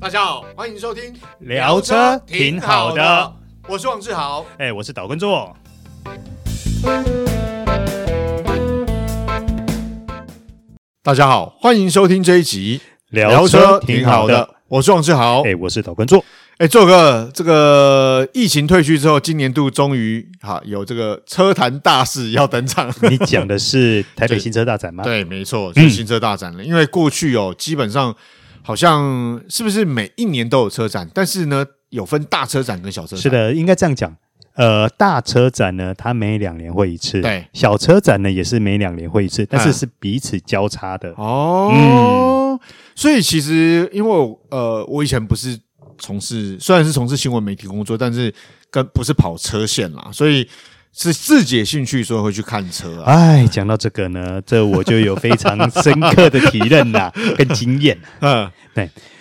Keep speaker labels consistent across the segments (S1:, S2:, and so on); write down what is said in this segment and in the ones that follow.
S1: 大家好，欢迎收听
S2: 聊车挺好的，
S1: 我是王志豪。
S2: 哎、我是岛根座。
S1: 大家好，欢迎收听这一集
S2: 聊车挺好的，
S1: 我是王志豪。
S2: 哎、我是岛 根座。
S1: 哎，周哥，这个疫情退去之后，今年度终于哈有这个车坛大事要登场。
S2: 你讲的是台北新车大展 吗？，
S1: 对，没错，就是新车大展
S2: 嗯
S1: 了。因为过去哦，基本上好像是不是每一年都有车展，但是呢，有分大车展跟小车展。
S2: 是，的，应该这样讲。呃，大车展呢，它每两年会一次；
S1: 对，
S2: 小车展呢，也是每两年会一次，
S1: 嗯
S2: 但是是彼此交叉的。
S1: 哦，所以其实因为我呃，我以前不是从事，虽然是从事新闻媒体工作，但是跟不是跑车线啦，所以是自己的兴趣，所以会去看车啊。
S2: 哎，讲到这个呢，这我就有非常深刻的体认 呐、跟经验。
S1: 嗯，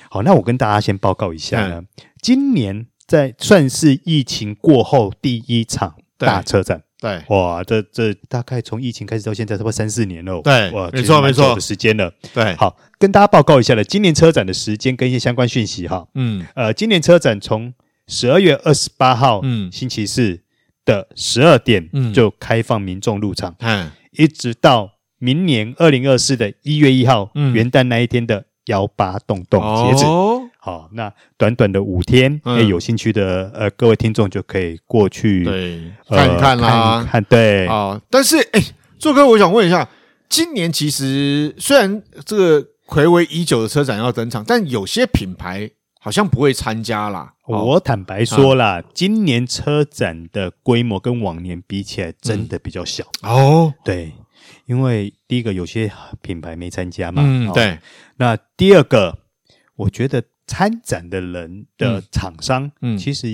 S2: 好，那我跟大家先报告一下呢，今年在算是疫情过后第一场
S1: 对
S2: 大车展。
S1: 对，
S2: 哇，这这大概从疫情开始到现在，差不多三四年了哦。
S1: 对
S2: 哇，
S1: 没错
S2: 其实蛮
S1: 没错
S2: 久的时间了。
S1: 对，
S2: 好，跟大家报告一下了，今年车展的时间跟一些相关讯息哈。
S1: 嗯，
S2: 呃，今年车展从十二月二十八号，
S1: 嗯
S2: 星期四的十二点，
S1: 嗯
S2: 就开放民众入场，
S1: 嗯，
S2: 一直到明年二零二四的一月一号，
S1: 嗯
S2: 元旦那一天的幺八洞洞截止。
S1: 哦，
S2: 好，那短短的五天，
S1: 嗯
S2: 那有兴趣的呃各位听众就可以过去
S1: 对，
S2: 呃
S1: 看一看啦，
S2: 看一看对，
S1: 啊，但是哎，做哥，我想问一下，今年其实虽然这个暌违已久的车展要登场，但有些品牌好像不会参加啦。哦
S2: 我坦白说啦，
S1: 啊
S2: 今年车展的规模跟往年比起来，真的比较小。
S1: 哦，
S2: 对，因为第一个有些品牌没参加嘛，
S1: 嗯，
S2: 哦。
S1: 对，
S2: 那第二个，我觉得参展的人的厂商，
S1: 嗯嗯
S2: 其实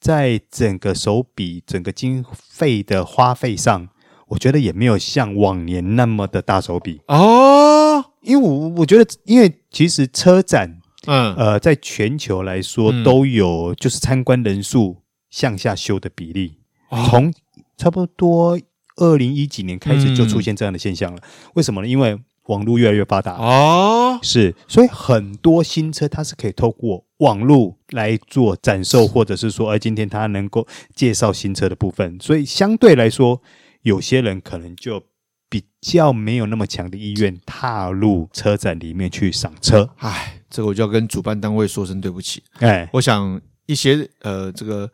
S2: 在整个手笔、整个经费的花费上，我觉得也没有像往年那么的大手笔。
S1: 哦，
S2: 因为我我觉得，因为其实车展
S1: 嗯，
S2: 呃，在全球来说
S1: 嗯
S2: 都有就是参观人数向下修的比例，
S1: 哦
S2: 从差不多二零一几年开始就出
S1: 嗯
S2: 现这样的现象了。为什么呢？因为网络越来越发达，
S1: 哦，
S2: 是，所以很多新车它是可以透过网络来做展售，或者是说，哎，今天它能够介绍新车的部分，所以相对来说，有些人可能就比较没有那么强的意愿踏入车展里面去赏车，
S1: 哎，这个我就要跟主办单位说声对不起。
S2: 哎。
S1: 我想一些呃，这个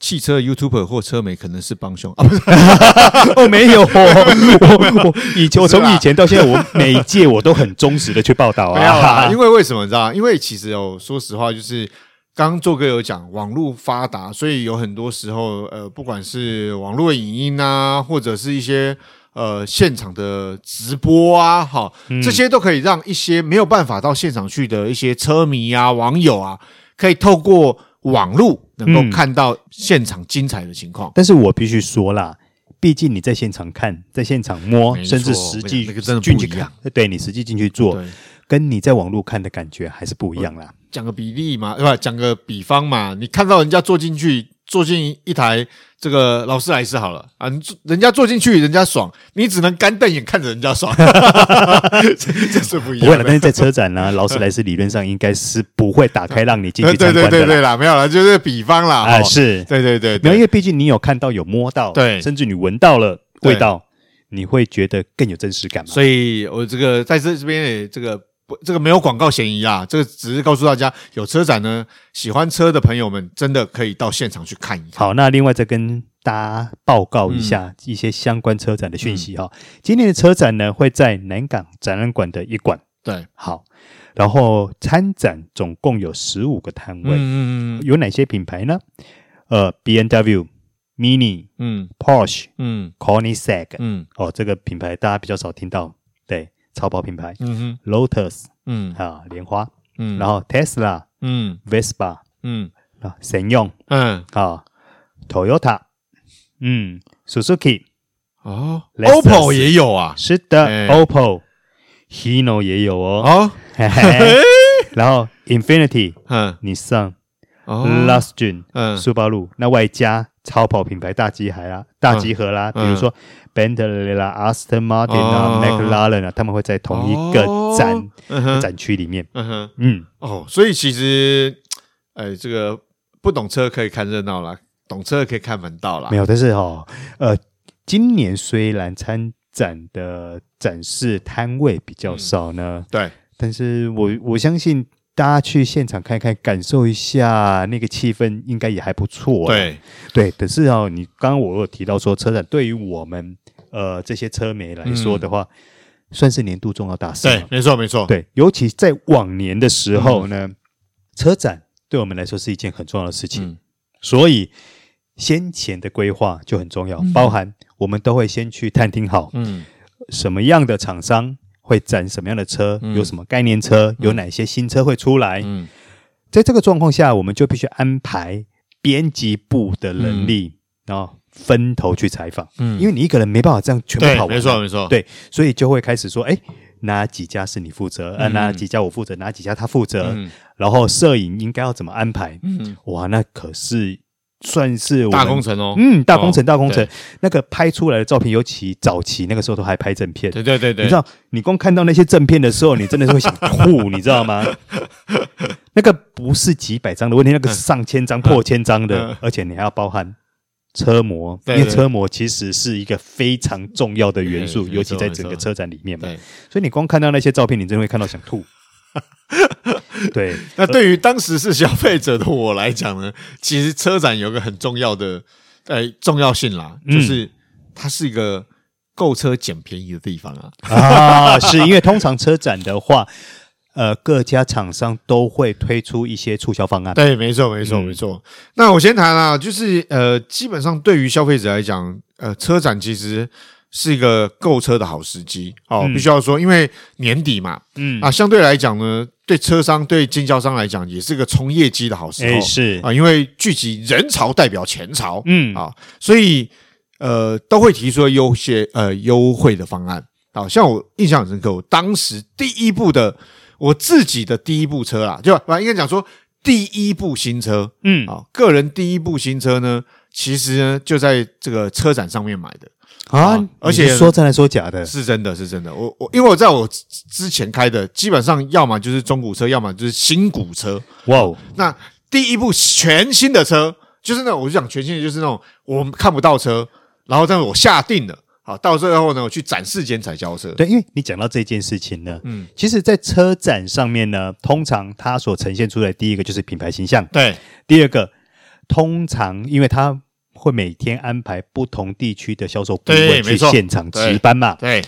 S1: 汽车 YouTuber 或车媒可能是帮凶啊，不是，
S2: 哦，没有，我我以前我
S1: 不是
S2: 从
S1: 啦
S2: 以前到现在，我每一届我都很忠实的去报道
S1: 没有啦，哦
S2: 啊
S1: 因。为为什么你知道吗？因为其实哦，说实话，就是刚刚做哥有讲，网络发达，所以有很多时候，呃，不管是网络影音啊，或者是一些呃现场的直播啊，哈，这些都可以让一些没有办法到现场去的一些车迷啊、网友啊，可以透过网络能够
S2: 嗯
S1: 看到现场精彩的情况。
S2: 但是我必须说啦，毕竟你在现场看，在现场摸，
S1: 没错
S2: 甚至实际
S1: 那个真的
S2: 进
S1: 不
S2: 去
S1: 一样
S2: 看，对你实际进去做
S1: 对，，
S2: 跟你在网络看的感觉还是不一样啦。
S1: 讲个比例嘛，对吧？讲个比方嘛，你看到人家坐进去，坐进一台这个劳斯莱斯好了啊，你坐人家坐进去，人家爽，你只能干瞪眼看着人家爽， 这这是不一
S2: 不会
S1: 样的。
S2: 了，但是在车展啊呢，劳斯莱斯理论上应该是不会打开让你进
S1: 呃
S2: 去
S1: 对
S2: 参
S1: 对
S2: 观
S1: 对
S2: 的
S1: 对
S2: 啦。
S1: 啦，没有啦，就是比方啦，
S2: 啊，
S1: 哦
S2: 是，
S1: 对对对
S2: 没有，因
S1: 对，
S2: 为毕竟你有看到，有摸到，
S1: 对
S2: 甚至你闻到了
S1: 对
S2: 味道，你会觉得更有真实感嘛。
S1: 所以我这个在这这边也这个。不这个没有广告嫌疑啊，这个只是告诉大家，有车展呢，喜欢车的朋友们真的可以到现场去看一看。
S2: 好，那另外再跟大家报告一
S1: 嗯
S2: 下一些相关车展的讯息哈、今年的车展呢会在南港展览馆的一馆，
S1: 对，
S2: 好，然后参展总共有十五个摊位、
S1: 嗯嗯
S2: 有哪些品牌呢？呃，B N W、Mini、
S1: 嗯
S2: Porsche、
S1: 嗯
S2: c o n i s e g
S1: 嗯
S2: 哦，这个品牌大家比较少听到，对，超跑品牌
S1: 嗯
S2: ，Lotus
S1: 嗯
S2: 啊，莲花，
S1: 嗯，
S2: 然后 Tesla、
S1: 嗯
S2: Vespa
S1: 嗯
S2: 啊，神用
S1: 嗯
S2: 啊，Toyota，嗯，Suzuki。
S1: 哦
S2: Lexus
S1: ，OPPO 也有啊，
S2: 是的、
S1: 哎
S2: o p p o Hino 也有哦，
S1: 哦，
S2: 嘿嘿然后 Infinity、
S1: 嗯，
S2: 尼桑、
S1: 哦，
S2: Lustgen、
S1: 嗯
S2: s u b a r u 那外加超跑品牌大集海啦、大集合啦，
S1: 嗯
S2: 比如说 Bentley 啦、Aston Martin
S1: 哦
S2: 啊、McLaren 啊，他们会在同一个展
S1: 哦嗯哼，
S2: 展区里面。
S1: 嗯哼，
S2: 嗯，
S1: 哦，所以其实，哎，这个不懂车可以看热闹啦，懂车可以看门道啦
S2: 没。有，但是哦，呃，今年虽然参展的展示摊位比
S1: 嗯
S2: 较少呢，
S1: 对，
S2: 但是我我相信大家去现场看看，感受一下那个气氛，应该也还不错。啊
S1: 对，
S2: 对，可是哦，你刚刚我有提到说，车展对于我们呃这些车迷来说的话，算是年度重要大事
S1: 嗯对嗯
S2: 嘛。，
S1: 没错，没错。
S2: 对，尤其在往年的时候呢，车展对我们来说是一件很重要的事情，
S1: 嗯
S2: 所以先前的规划就很重要，包含我们都会先去探听好
S1: 嗯
S2: 什么样的厂商会展什么样的车，
S1: 嗯
S2: 有什么概念车，有哪些新车会出来。
S1: 嗯
S2: 在这个状况下，我们就必须安排编辑部的人力，然后分头去采访，
S1: 嗯
S2: 因为你一个人没办法这样全部
S1: 对
S2: 跑，完。
S1: 没错，没错。
S2: 对，所以就会开始说，哎，哪几家是你负责？呃，
S1: 嗯
S2: 哪几家我负责？哪几家他负责？
S1: 嗯
S2: 然后摄影应该要怎么安排？
S1: 嗯，
S2: 哇，那可是算是我们
S1: 大工。程哦。
S2: 嗯，大工
S1: 哦
S2: 程，大工程
S1: 对，
S2: 那个拍出来的照片，尤其早期那个时候都还拍正片，
S1: 对对对对，
S2: 你知道，你光看到那些正片的时候，你真的是会想吐，你知 道吗？那个不是几百张的问题，那个是上千张、破千张的
S1: 嗯，
S2: 而且你还要包含车模，因
S1: 对
S2: 为
S1: 对
S2: 车模其实是一个非常重要的元素，
S1: 对
S2: 尤其在
S1: 没错
S2: 整个
S1: 没错
S2: 车展里面嘛。
S1: 对。
S2: 所以你光看到那些照片，你真的会看到想 吐。对，
S1: 那对于当时是消费者的我来讲呢，其实车展有个很重要的呃重要性啦，
S2: 嗯
S1: 就是它是一个购车捡便宜的地方啊。
S2: 啊，是因为通常车展的话，呃，各家厂商都会推出一些促销方案。
S1: 对，没错，没错，
S2: 嗯
S1: 没错。那我先谈啦，就是呃，基本上对于消费者来讲，呃，车展其实是一个购车的好时机哦，
S2: 嗯
S1: 必须要说，因为年底嘛，
S2: 嗯，
S1: 啊，相对来讲呢，对车商、对经销商来讲，也是个冲业绩的好时候、
S2: 哎，是，
S1: 啊，因为聚集人潮代表钱潮，
S2: 嗯，
S1: 啊，所以呃都会提出优些呃优惠的方案。啊，像我印象很深刻，我当时第一部的我自己的第一部车啦，就啊应该讲说第一部新车
S2: 嗯，
S1: 啊，个人第一部新车呢，其实呢就在这个车展上面买的，
S2: 啊
S1: 啊，而且
S2: 你是说真的说假的，
S1: 是真的，是真的。我我因为我在我之之前开的，基本上要么就是中古车，要么就是新古车。
S2: 哇哦，
S1: 那第一部全新的车，就是那种我就讲全新的，就是那种我们看不到车，然后但是我下定了，好，到最后呢，我去展示间才交车。
S2: 对，因为你讲到这件事情呢，
S1: 嗯
S2: 嗯，其实，在车展上面呢，通常它所呈现出来，第一个就是品牌形象，
S1: 对
S2: 第二个，通常因为它会每天安排不同地区的销售顾
S1: 对
S2: 问
S1: 没
S2: 去
S1: 错
S2: 现场
S1: 对
S2: 值班嘛，
S1: 对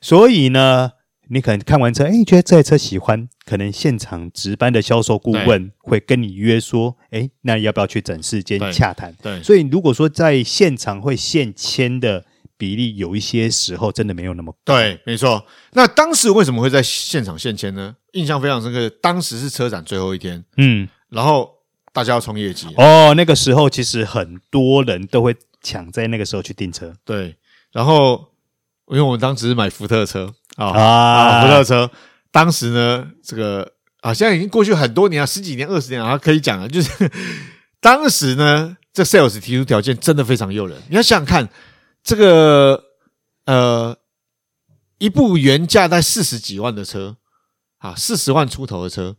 S2: 所以呢，你可能看完车，哎，你觉得这台车喜欢，可能现场值班的销售顾问会跟你约说，哎，那要不要去展示间
S1: 对
S2: 洽谈？
S1: 对
S2: 所以如果说在现场会现签的比例，有一些时候真的没有那么
S1: 对，没错。那当时为什么会在现场现签呢？印象非常深刻，当时是车展最后一天，
S2: 嗯。
S1: 然后大家要冲业绩。
S2: 哦，那个时候其实很多人都会抢在那个时候去订车
S1: 对，然后因为我们当时是买福特车啊啊，
S2: 啊
S1: 福特车，当时呢，这个啊，现在已经过去很多年了，十几年、二十年了，啊可以讲了，就是 当时呢，这 sales 提出条件真的非常诱人。你要想想看，这个呃，一部原价在四十几万的车啊，四十万出头的车，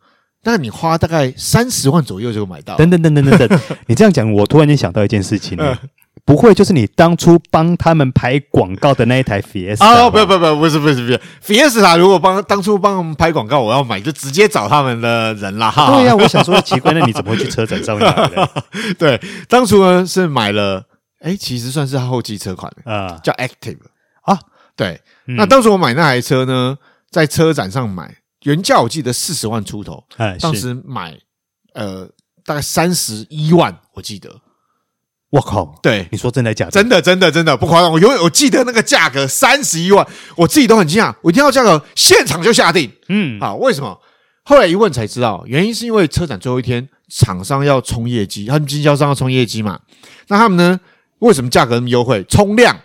S1: 那你花大概三十万左右就买到。
S2: 等等等等等 等。你这样讲，我突然间想到一件事情了
S1: 嗯
S2: 不会就是你当初帮他们拍广告的那一台 Fiesta
S1: 啊、不
S2: 吧
S1: 不不，不是不是不是，Fiesta 如果帮当初帮我们拍广告，我要买就直接找他们的人啦。哈
S2: 对呀、我想说奇怪，那你怎么会去车展上面买 的
S1: 对，当初呢是买了，哎，其实算是他后期车款，
S2: 啊？
S1: 叫 Active
S2: 啊。
S1: 对，
S2: 嗯
S1: 那当时我买那台车呢，在车展上买，原价我记得四十万出头，
S2: 哎，
S1: 当
S2: 是
S1: 时买呃大概三十一万，我记得。
S2: 我靠，
S1: 对，
S2: 你说真的假 的？
S1: 真的，真的，真的不夸张，我永远我记得那个价格三十一万，我自己都很惊讶，我一听到价格现场就下定。
S2: 嗯
S1: 啊，为什么？后来一问才知道，原因是因为车展最后一天，厂商要冲业绩，他们经销商要冲业绩嘛。那他们呢，为什么价格那么优惠？冲量，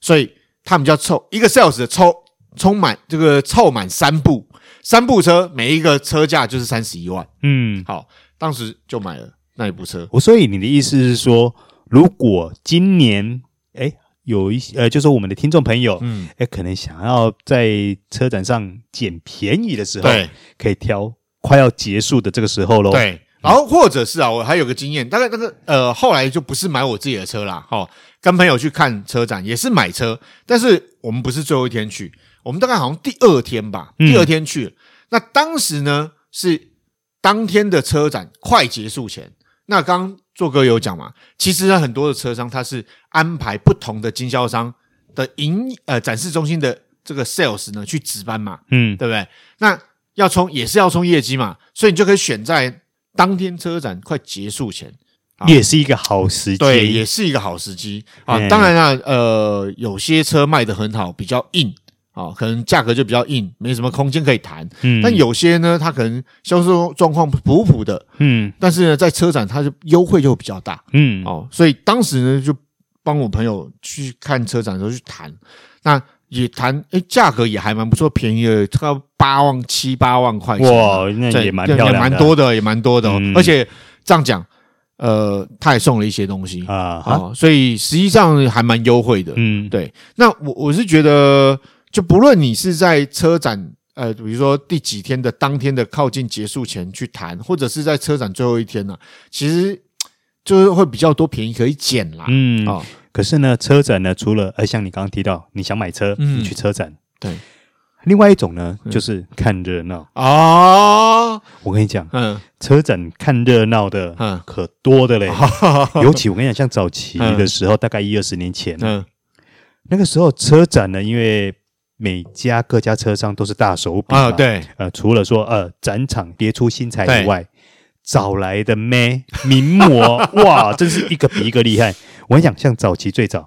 S1: 所以他们就要凑一个 sales 的抽充满这个凑满三部，三部车每一个车价就是三十一万。
S2: 嗯，
S1: 好，当时就买了那一部车。
S2: 我所以你的意思是说，如果今年哎有一些呃，就是我们的听众朋友，
S1: 嗯，
S2: 哎，可能想要在车展上捡便宜的时候，
S1: 对，
S2: 可以挑快要结束的这个时候喽。，
S1: 对。然后或者是啊，我还有个经验，大概那个呃，后来就不是买我自己的车啦，哦，跟朋友去看车展也是买车，但是我们不是最后一天去，我们大概好像第二天吧，
S2: 嗯
S1: 第二天去了。那当时呢是当天的车展快结束前，那刚刚做哥有讲嘛，其实呢很多的车商他是安排不同的经销商的营呃展示中心的这个 sales 呢去值班嘛，
S2: 嗯，
S1: 对不对？那要冲也是要冲业绩嘛，所以你就可以选在当天车展快结束前，好
S2: 也是一个好时机。
S1: 啊对，也是一个好时机啊。
S2: 嗯
S1: 当然啦，呃，有些车卖的很好，比较硬啊，可能价格就比较硬，没什么空间可以谈。
S2: 嗯，
S1: 但有些呢，它可能销售状况普普的，
S2: 嗯
S1: 但是呢，在车展它就优惠就比较大。
S2: 嗯
S1: 哦，所以当时呢就帮我朋友去看车展的时候去谈，那也谈，诶，价格也还蛮不错，便宜了，差不多八万七八万块钱吧，
S2: 哇，那
S1: 对
S2: 也蛮漂亮
S1: 也
S2: 的，啊
S1: 蛮多的，也蛮多的、哦
S2: 嗯
S1: 而且这样讲，呃，他也送了一些东西，
S2: 啊哈，
S1: 哦，所以实际上还蛮优惠的。
S2: 嗯，
S1: 对，那我我是觉得，就不论你是在车展。呃，比如说第几天的当天的靠近结束前去谈，或者是在车展最后一天呢、啊其实就是会比较多便宜可以捡啦。
S2: 嗯，
S1: 哦，
S2: 可是呢，车展呢，除了呃，像你刚刚提到，你想买车，
S1: 嗯
S2: 你去车展。
S1: 对，
S2: 另外一种呢，就是看热闹。啊
S1: 哦，
S2: 我跟你讲，
S1: 嗯
S2: 车展看热闹的
S1: 嗯
S2: 可 多的嘞，尤其我跟你讲，像早期的时候，大概一二十年前，
S1: 嗯，
S2: 那个时候车展呢，因为每家各家车商都是大手笔嘛
S1: 啊，，对，
S2: 呃，除了说呃展场别出心裁以外，找来的妹名模 哇，真是一个比一个厉害。我跟你讲，像早期最早，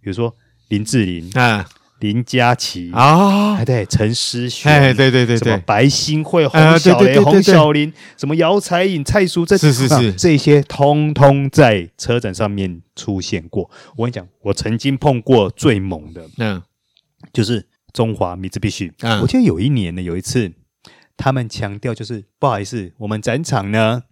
S2: 比如说林志玲、
S1: 嗯
S2: 林佳琪，哎、
S1: 啊，
S2: 对，陈思璇
S1: 哎，。对对对
S2: 什么
S1: 对，
S2: 白新惠、
S1: 呃
S2: 洪
S1: 对
S2: 小
S1: 对对
S2: 雷、
S1: 对
S2: 洪
S1: 对
S2: 小林，什么姚彩颖、蔡淑珍，
S1: 是是
S2: 我跟你
S1: 是
S2: 讲这些通通在车展上面出现过。我跟你讲，我曾经碰过最猛的，
S1: 嗯
S2: 就是中华米兹必须。
S1: 嗯
S2: 我记得有一年呢，有一次他们强调就是不好意思，我们展场呢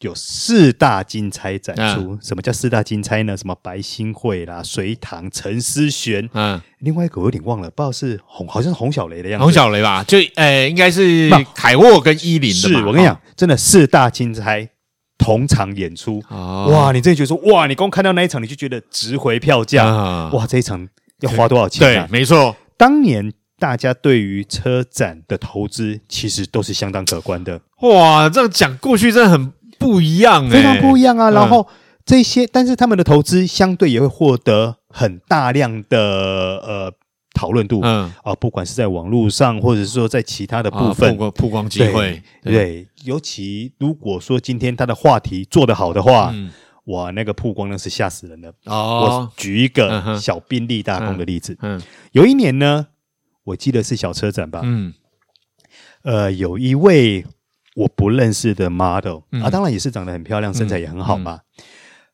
S2: 有四大金钗展出。
S1: 嗯
S2: 什么叫四大金钗呢？什么白新惠啦、隋唐、陈思璇，
S1: 嗯，
S2: 另外一个我有点忘了，不知道是洪，好像是洪小雷的样子。
S1: 洪小雷吧，就呃，应该是
S2: 那
S1: 凯沃跟伊林的
S2: 是
S1: 嘛，
S2: 我跟你讲，真的四大金钗同场演出，
S1: 哦，
S2: 哇！你真的觉得说，哇！你光看到那一场，你就觉得值回票价，
S1: 啊
S2: 哇！这一场要花多少钱、
S1: 对
S2: 啊？，
S1: 没错，
S2: 当年大家对于车展的投资其实都是相当可观的，
S1: 哇，这样讲过去真的很不一样，哎
S2: 非常不一样啊。
S1: 嗯
S2: 然后这些，但是他们的投资相对也会获得很大量的呃讨论度啊、
S1: 嗯，
S2: 不管是在网络上，或者是说在其他的部
S1: 啊
S2: 分
S1: 曝。光曝光机会，
S2: 对，尤其如果说今天他的话题做得好的话，
S1: 嗯，
S2: 哇，那个曝光那是吓死人的。
S1: 哦
S2: 我，举一
S1: 嗯
S2: 个
S1: 哼
S2: 小宾利大公的例子，
S1: 嗯
S2: 有一年呢，我记得是小车展吧，
S1: 嗯
S2: 呃，有一位我不认识的 model、
S1: 嗯
S2: 啊，当然也是长得很漂亮，身材也很好嘛。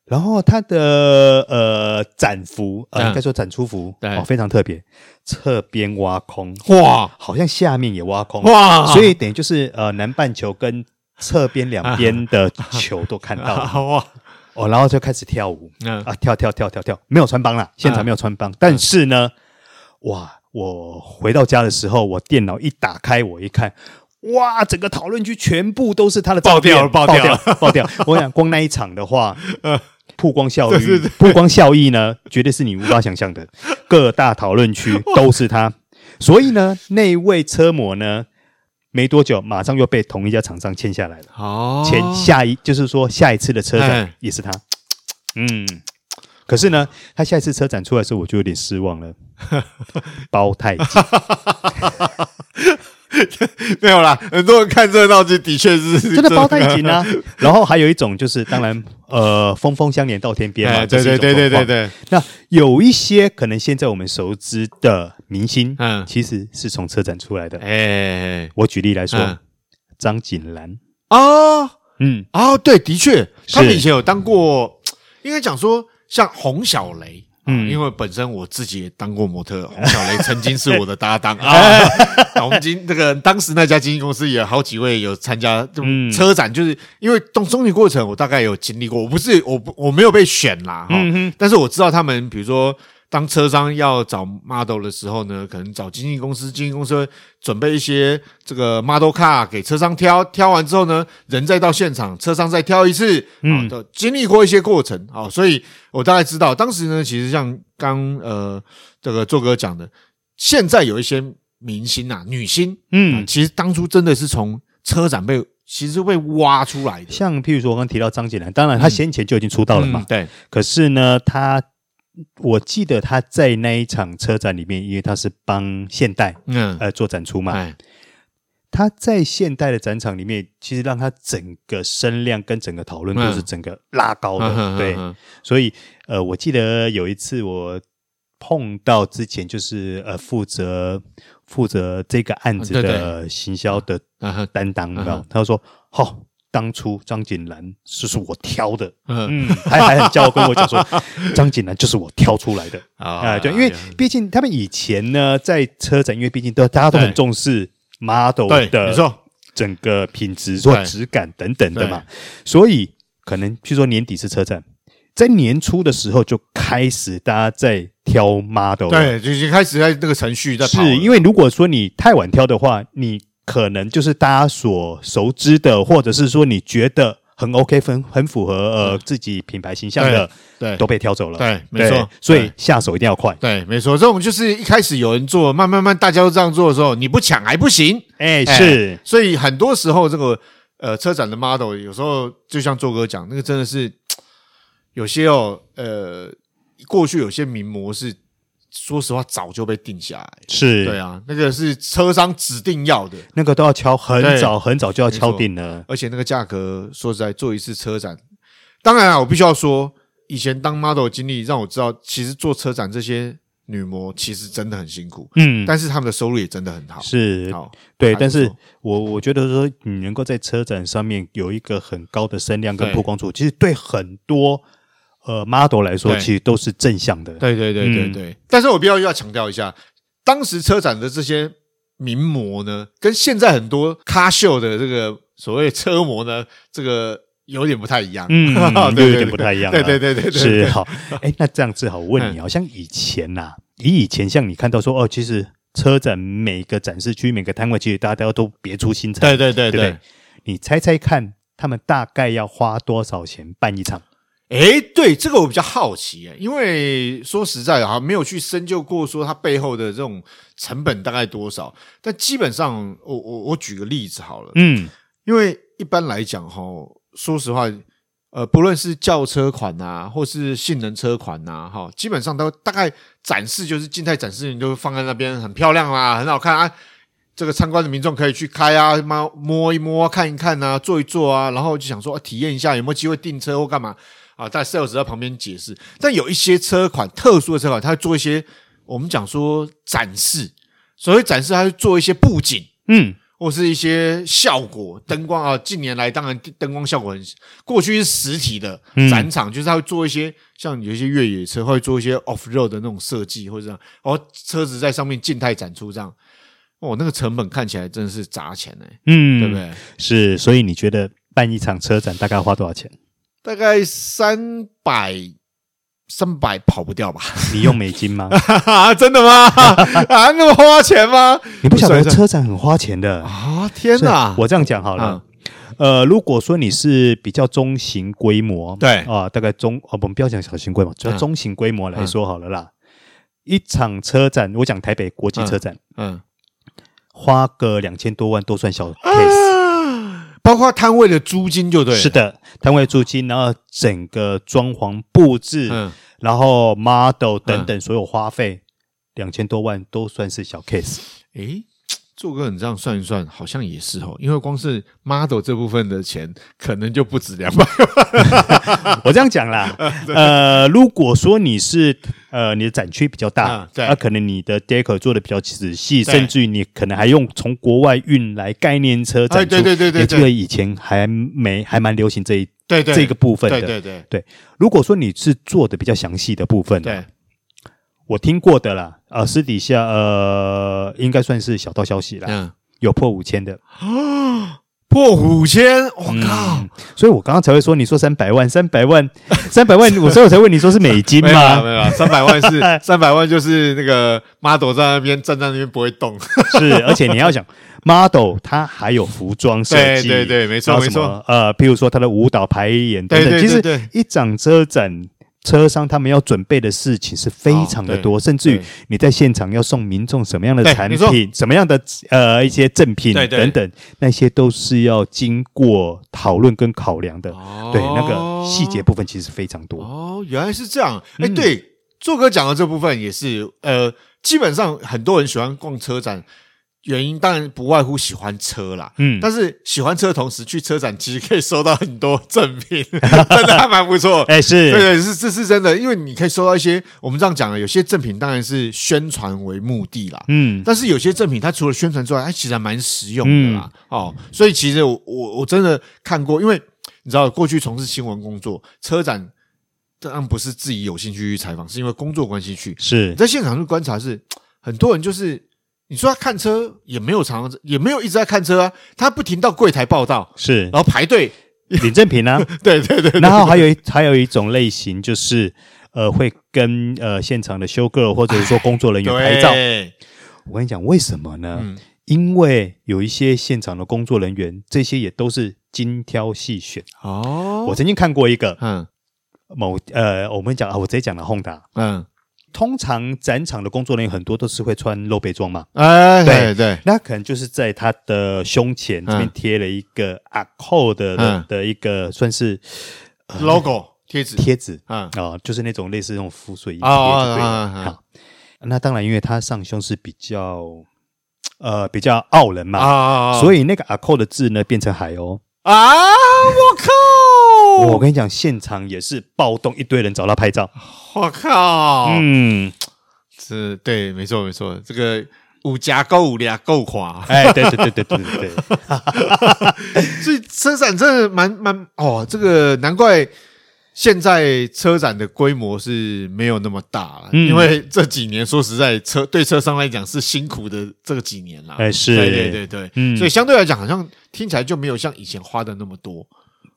S2: 然后她的呃展服，呃，
S1: 嗯
S2: 应该说展出服，
S1: 对
S2: 哦，非常特别，侧边挖空，
S1: 哇
S2: 好像下面也挖空，
S1: 哇，
S2: 所以等于就是呃南半球跟侧边两边的球都看到 了
S1: 啊 哇，
S2: 哦，然后就开始跳舞
S1: 嗯
S2: 啊，跳跳跳跳跳，没有穿帮啦，现场没有穿帮，但是呢，哇，我回到家的时候，我电脑一打开，我一看。哇！整个讨论区全部都是他的照片
S1: 爆
S2: 爆
S1: 掉了
S2: 掉，爆掉！我想光那一场 的话，曝光效
S1: 对
S2: 益
S1: 对，
S2: 曝光效益呢，绝对是你无法想象的。各大讨论区都 是他，所以呢，那一位车模呢，没多久马上又被同一家厂商签下来了。
S1: 哦，
S2: 前下一就是说下一次的车展
S1: 哎
S2: 也是他，嗯。可是呢，他下一次车展出来的时候，我就有点失望 了。包太紧，
S1: 没有啦，很多人看热闹就的确是
S2: 真的包太紧啊！然后还有一种就是，当然，呃，峰峰相连到天边嘛，
S1: 哎，对
S2: 这是
S1: 对
S2: 一种
S1: 对对对
S2: 状况。
S1: 对，
S2: 那有一些可能现在我们熟知的明星，
S1: 嗯
S2: 其实是从车展出来的。
S1: 哎，
S2: 我举例来说
S1: 嗯，
S2: 张锦兰，
S1: 哦
S2: 嗯，
S1: 哦，对，的确，他们
S2: 是
S1: 以前有当过，应该讲说像洪小雷嗯，
S2: 嗯
S1: 因为本身我自己也当过模特，洪小雷曾经是我的搭 档 啊。那我们经这个当时那家经纪公司也有好几位有参加这种
S2: 嗯
S1: 车展，就是因为中中级过程我大概有经历过，我不是我不我没有被选啦哈，但是我知道他们比如说。当车商要找 model 的时候呢，可能找经纪公司，经纪公司会准备一些这个 model car 给车商挑，挑完之后呢，人再到现场，车商再挑一次，嗯，都经历过一些过程啊、所以我大概知道，当时呢，其实像刚呃这个做哥讲的，现在有一些明星啊，女星，嗯、
S2: 嗯，
S1: 其实当初真的是从车展被其实被挖出来的，
S2: 像譬如说我刚提到张锦兰，当然她先前就已经出道了嘛，
S1: 嗯对，
S2: 可是呢，她我记得她在那一场车展里面，因为她是帮现代
S1: 嗯，
S2: 呃做展出嘛，
S1: 哎，
S2: 他在现代的展场里面，其实让他整个声量跟整个讨论
S1: 嗯
S2: 都是整个拉高的。哦对，
S1: 嗯
S2: 所以呃，我记得有一次我碰到之前就是呃负责负责这个案子
S1: 嗯对
S2: 的行销的
S1: 嗯
S2: 担当，
S1: 嗯
S2: 然后他就说：“哦，当初张锦兰就是我挑的。”
S1: 嗯
S2: 嗯，还还很骄傲跟我 讲说，张锦兰就是我挑出来的。啊、
S1: 啊
S2: 对，因为毕竟他们以前呢，在车展，因为毕竟都大家都
S1: 对
S2: 很重视 model
S1: 对，
S2: 的
S1: 没错，
S2: 整个品质或
S1: 对
S2: 质感等等的嘛，所以可能譬如说年底是车展，在年初的时候就开始大家在挑 model，了，
S1: 对，就已经开始在那个程序在跑了，
S2: 是因为如果说你太晚挑的话，你可能就是大家所熟知的，或者是说你觉得很 OK 很很符合呃自己品牌形象的，
S1: 对
S2: 都被挑走了，
S1: 对没错
S2: 所
S1: 对
S2: 以下手一定要快，
S1: 对，没错，这种就是一开始有人做，慢慢慢大家都这样做的时候，你不抢还不行。
S2: 哎，
S1: 哎
S2: 是，
S1: 所以很多时候，这个呃车展的 model 有时候就像做哥讲，那个真的是有些哦，呃，过去有些名模是说实话早就被定下来，
S2: 是，
S1: 对啊，那个是车商指定要的，
S2: 那个都要敲很
S1: 对
S2: 早很早就要
S1: 没错
S2: 敲定了，
S1: 而且那个价格，说实在，做一次车展，当然啊，我必须要说，以前当 model 的经历让我知道，其实做车展这些女模其实真的很辛苦，
S2: 嗯，
S1: 但是他们的收入也真的很好，
S2: 是，
S1: 好，
S2: 对，
S1: 还
S2: 但
S1: 不
S2: 是
S1: 错
S2: 我我觉得说，你能够在车展上面有一个很高的声量跟
S1: 对
S2: 曝光度，其实对很多呃 model 来说，
S1: 对
S2: 其实都是正向的。
S1: 对对对对
S2: 嗯
S1: 对。但是我必要要强调一下，当时车展的这些名模呢，跟现在很多咖秀的这个所谓车模呢，这个有点不太一样，，
S2: 嗯
S1: 对
S2: 有点不太一样啊
S1: 对对对对对，嗯
S2: 是好，哎，那这样志豪，我问你，好像以前呐、以以前像你看到说，哦，其实车展每个展示区、每个摊位，其实大家都别出心裁，
S1: 对对对
S2: 对
S1: 对
S2: 不。你猜猜看，他们大概要花多少钱办一场？
S1: 诶，对这个我比较好奇诶，因为说实在的，哈，没有去深究过说它背后的这种成本大概多少。但基本上，我我我举个例子好了，
S2: 嗯，
S1: 因为一般来讲哈，说实话，呃，不论是轿车款呐、或是性能车款呐、哈，基本上都大概展示就是静态展示，你都放在那边很漂亮啦，很好看啊。这个参观的民众可以去开啊，摸摸一摸、看一看啊，坐一坐啊，然后就想说、啊体验一下有没有机会订车或干嘛啊。但 sales 在旁边解释，但有一些车款特殊的车款，它会做一些我们讲说展示，所谓展示，它会做一些布景，
S2: 嗯，
S1: 或是一些效果灯光啊，近年来当然灯光效果很，过去是实体的
S2: 嗯
S1: 展场，就是它会做一些像有一些越野车会做一些 off road 的那种设计，或者这样，然后车子在上面静态展出这样，哦，那个成本看起来真的是砸钱哎、
S2: 嗯，
S1: 对不？对？
S2: 是，所以你觉得办一场车展大概要花多少 钱？
S1: 大概三百三百跑不掉吧？
S2: 你用美金吗？
S1: 真的吗？ 啊，那么花钱吗？
S2: 你不晓得
S1: 不是不是
S2: 车展很花钱的。
S1: 啊，天
S2: 是
S1: 哪！嗯
S2: 我这样讲好了。呃，如果说你是比较中型规模，
S1: 对
S2: 啊、大概中哦，我们不要讲小型规模，主要
S1: 嗯
S2: 中型规模来说好了啦。一场车展，我讲台北国际车展，
S1: 嗯，
S2: 花个两千多万都算小 case。
S1: 啊，包括摊位的租金就对了，
S2: 是的，摊位租金，然后整个装潢布置，
S1: 嗯。
S2: 然后 model 等等所有花费，两千、多万都算是小 case。
S1: 诶，做哥，你这样算一算，好像也是哦，因为光是 model 这部分的钱，可能就不止两百。
S2: 我这样讲 啦，呃，如果说你是呃你的展区比较大
S1: 嗯，对
S2: 那可能你的 deco 做的比较仔细，
S1: 对
S2: 甚至于你可能还用从国外运来概念车展
S1: 哎
S2: 出，
S1: 对对对对对
S2: 也这个以前还没还蛮流行这一
S1: 对对，
S2: 这个部分
S1: 对
S2: 的。
S1: 对对
S2: 如果说你是做的比较详细的部分，
S1: 对，
S2: 我听过的啦，呃，私底下呃，应该算是小道消息啦，
S1: 嗯，
S2: 有破五千的，
S1: 破五千，我靠！
S2: 所以我刚刚才会说，你说三百万，三百万， 三百万，我所以我才问你说是美金
S1: 没有啊没
S2: 吗？
S1: 有啊，三百万 是三百万，就是那个 model 在那边站在那边不会 动。
S2: 是，而且你要想，model 它还有服装设
S1: 对
S2: 计，
S1: 对对，没
S2: 然
S1: 错
S2: 后
S1: 没
S2: 什
S1: 错，
S2: 么呃，譬如说他的舞蹈排演等
S1: 对
S2: 等，
S1: 对
S2: 其
S1: 对
S2: 实
S1: 对，
S2: 一场车展。车商他们要准备的事情是非常的多，
S1: 哦对
S2: 甚至于
S1: 对
S2: 你在现场要送民众什么样的
S1: 对
S2: 产
S1: 你说
S2: 品、什么样的呃一些赠品
S1: 对对
S2: 等等，那些都是要经过讨论跟考量的。对，那个细节部分其实非常多。
S1: 哦，原来是这样。哎、对，做哥讲的这部分也是，呃，基本上很多人喜欢逛车展，原因当然不外乎喜欢车啦。
S2: 嗯，
S1: 但是喜欢车的同时，去车展其实可以收到很多赠 品，真的还蛮不错。
S2: 哎、是，
S1: 对对，是这是真的，因为你可以收到一些我们这样讲的，有些赠品当然是宣传为目的啦，
S2: 嗯，
S1: 但是有些赠品它除了宣传之外，它其实还蛮实用的啦。
S2: 嗯
S1: 哦，所以其实我我我真的看过，因为你知道，过去从事新闻工作，车展当然不是自己有兴趣去采访，是因为工作关系去。
S2: 是
S1: 你，在现场去观察是，很多人就是你说他看车也没有常常也没有一直在看车啊，他不停到柜台报道，
S2: 是
S1: 然后排队，
S2: 领正品啊。
S1: 对对 对
S2: 然后还有一还有一种类型就是，呃，会跟呃现场的修 girl 或者是说工作人员拍照。
S1: 对
S2: 我跟你讲，为什么呢？
S1: 嗯
S2: 因为有一些现场的工作人员，这些也都是精挑细选。
S1: 哦，
S2: 我曾经看过一个
S1: 嗯
S2: 某呃，我们讲啊，我直接讲了 Honda。
S1: 嗯，
S2: 通常展场的工作人员很多都是会穿露背装嘛，
S1: 哎，
S2: 对
S1: 对对，
S2: 那可能就是在他的胸前这边
S1: 嗯
S2: 贴了一个阿扣的的,、
S1: 嗯
S2: 的一个算是嗯
S1: logo 贴纸，
S2: 贴纸
S1: 嗯
S2: 啊、就是那种类似那种浮水印贴
S1: 哦哦
S2: 就对了
S1: 哦哦哦
S2: 好那当然，因为他上胸是比较呃比较傲人嘛，
S1: 啊
S2: 所以那个阿扣的字呢变成海鸥。
S1: 啊！我靠！
S2: 我跟你讲，现场也是暴动，一堆人找他拍照。
S1: 我靠！
S2: 嗯，
S1: 是，对，没错没错，这个五夹够五俩够垮，
S2: 哎，对对对对对对 对，
S1: 所以车展真的蛮蛮哦，这个难怪。现在车展的规模是没有那么大了，
S2: 嗯
S1: 因为这几年说实在，车对车商来讲是辛苦的这个几年啦。
S2: 哎是
S1: 对对对对，
S2: 嗯
S1: 所以相对来讲，好像听起来就没有像以前花的那么多。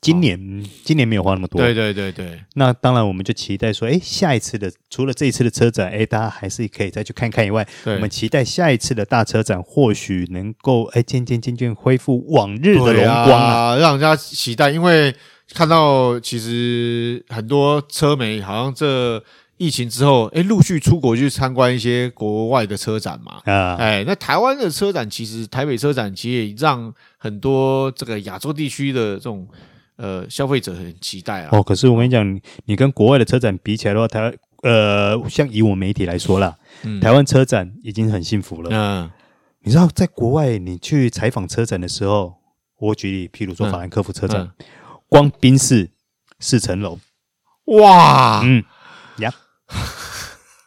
S2: 今年今年没有花那么多。
S1: 对对对对，
S2: 那当然，我们就期待说，哎，下一次的除了这一次的车展，哎，大家还是可以再去看看以外，
S1: 对
S2: 我们期待下一次的大车展或许能够哎渐渐渐渐恢复往日的
S1: 对
S2: 荣光啊。
S1: 啊，让人家期待。因为看到其实很多车媒好像这疫情之后，哎，陆续出国去参观一些国外的车展嘛。
S2: 啊，
S1: 哎，那台湾的车展其实台北车展其实也让很多这个亚洲地区的这种呃消费者很期待啊。
S2: 哦，可是我跟你讲，你跟国外的车展比起来的话，台湾呃，像以我媒体来说啦，
S1: 嗯
S2: 台湾车展已经很幸福了。
S1: 嗯
S2: 你知道，在国外你去采访车展的时候，我举例，譬如说
S1: 嗯
S2: 法兰克福车展，光宾士四层楼，
S1: 哇，
S2: 嗯呀，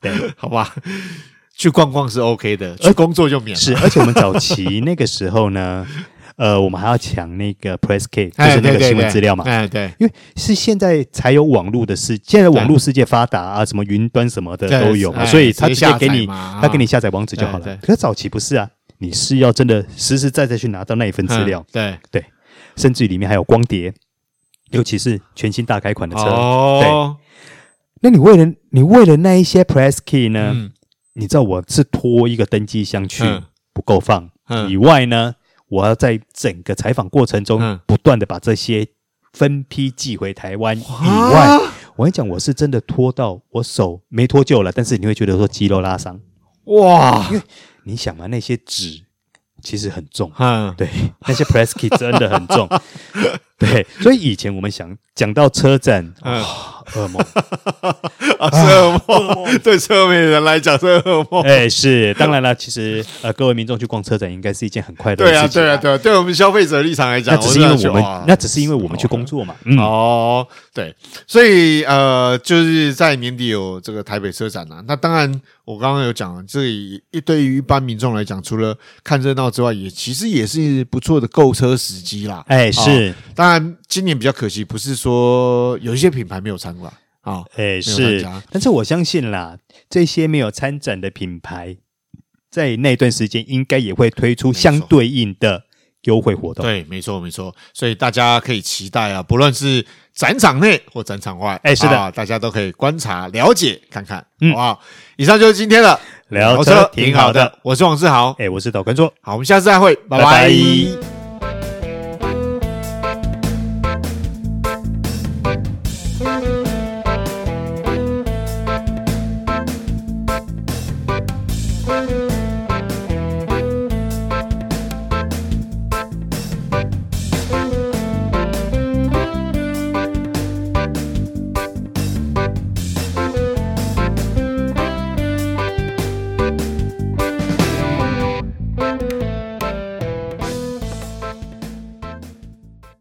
S2: 对，
S1: 好吧， 去逛逛是 OK 的，去工作就免了。
S2: 呃是，而且我们早期那个时候呢， 呃，我们还要抢那个 press kit，就
S1: 哎
S2: 是那
S1: 对
S2: 个
S1: 对
S2: 新闻
S1: 对
S2: 资料嘛。
S1: 哎，对，
S2: 因为是现在才有网络的世，现在网络世界发达啊，什么云端什么的
S1: 对
S2: 都有嘛，
S1: 哎
S2: 所以他
S1: 直
S2: 直
S1: 接
S2: 接给
S1: 下载
S2: 你，
S1: 嘛
S2: 他给你下载网址就好
S1: 啊对
S2: 了。
S1: 对
S2: 可是早期不是啊，你是要真的实实在在去拿到那一份资料
S1: 嗯，对，
S2: 甚至于里面还有光碟，尤其是全新大改款的车。
S1: 哦，
S2: 那你为了你为了那一些 press key 呢，
S1: 嗯
S2: 你知道我是拖一个登机箱去
S1: 嗯
S2: 不够放，以
S1: 嗯，
S2: 外呢，我要在整个采访过程中
S1: 嗯
S2: 不断的把这些分批寄回台湾以
S1: 啊
S2: 外，我跟你讲，我是真的拖到我手没脱臼了，但是你会觉得说肌肉拉伤。
S1: 哇，
S2: 你想嘛，那些纸其实很重，
S1: 嗯，
S2: 对，那些 press kit 真的很重，对，所以以前我们想讲到车站，
S1: 嗯
S2: 啊，噩梦，
S1: 啊，是噩梦，对车美人来讲是噩梦。
S2: 哎，是，当然了，其实呃，各位民众去逛车展应该是一件很快乐的
S1: 对啊，
S2: 事情，
S1: 对啊，，对啊，对我们消费者立场来
S2: 那
S1: 讲，
S2: 只是因为我
S1: 真的觉得哇
S2: 们，那只是因为我们去工作嘛，嗯，
S1: 哦，对，所以呃，就是在年底有这个台北车展啊。那当然，我刚刚有讲，这里一对于一般民众来讲，除了看热闹之外，也其实也是不错的购车时机啦。
S2: 哎，是。
S1: 当然，今年比较可惜，不是说有一些品牌没有参观，啊，
S2: 哎，
S1: 没有参
S2: 是
S1: 加，
S2: 但是我相信啦，这些没有参展的品牌，在那段时间应该也会推出相对应的优惠活动。
S1: 对，没错没错，所以大家可以期待啊，不论是展场内或展场外，
S2: 哎是的
S1: 啊大家都可以观察、了解、看看，
S2: 嗯
S1: 好不好？以上就是今天的
S2: 聊
S1: 聊
S2: 车
S1: 车
S2: 挺好的，
S1: 我是王志豪，
S2: 哎，我是导观众，
S1: 好，我们下次再会，拜
S2: 拜
S1: 拜
S2: 拜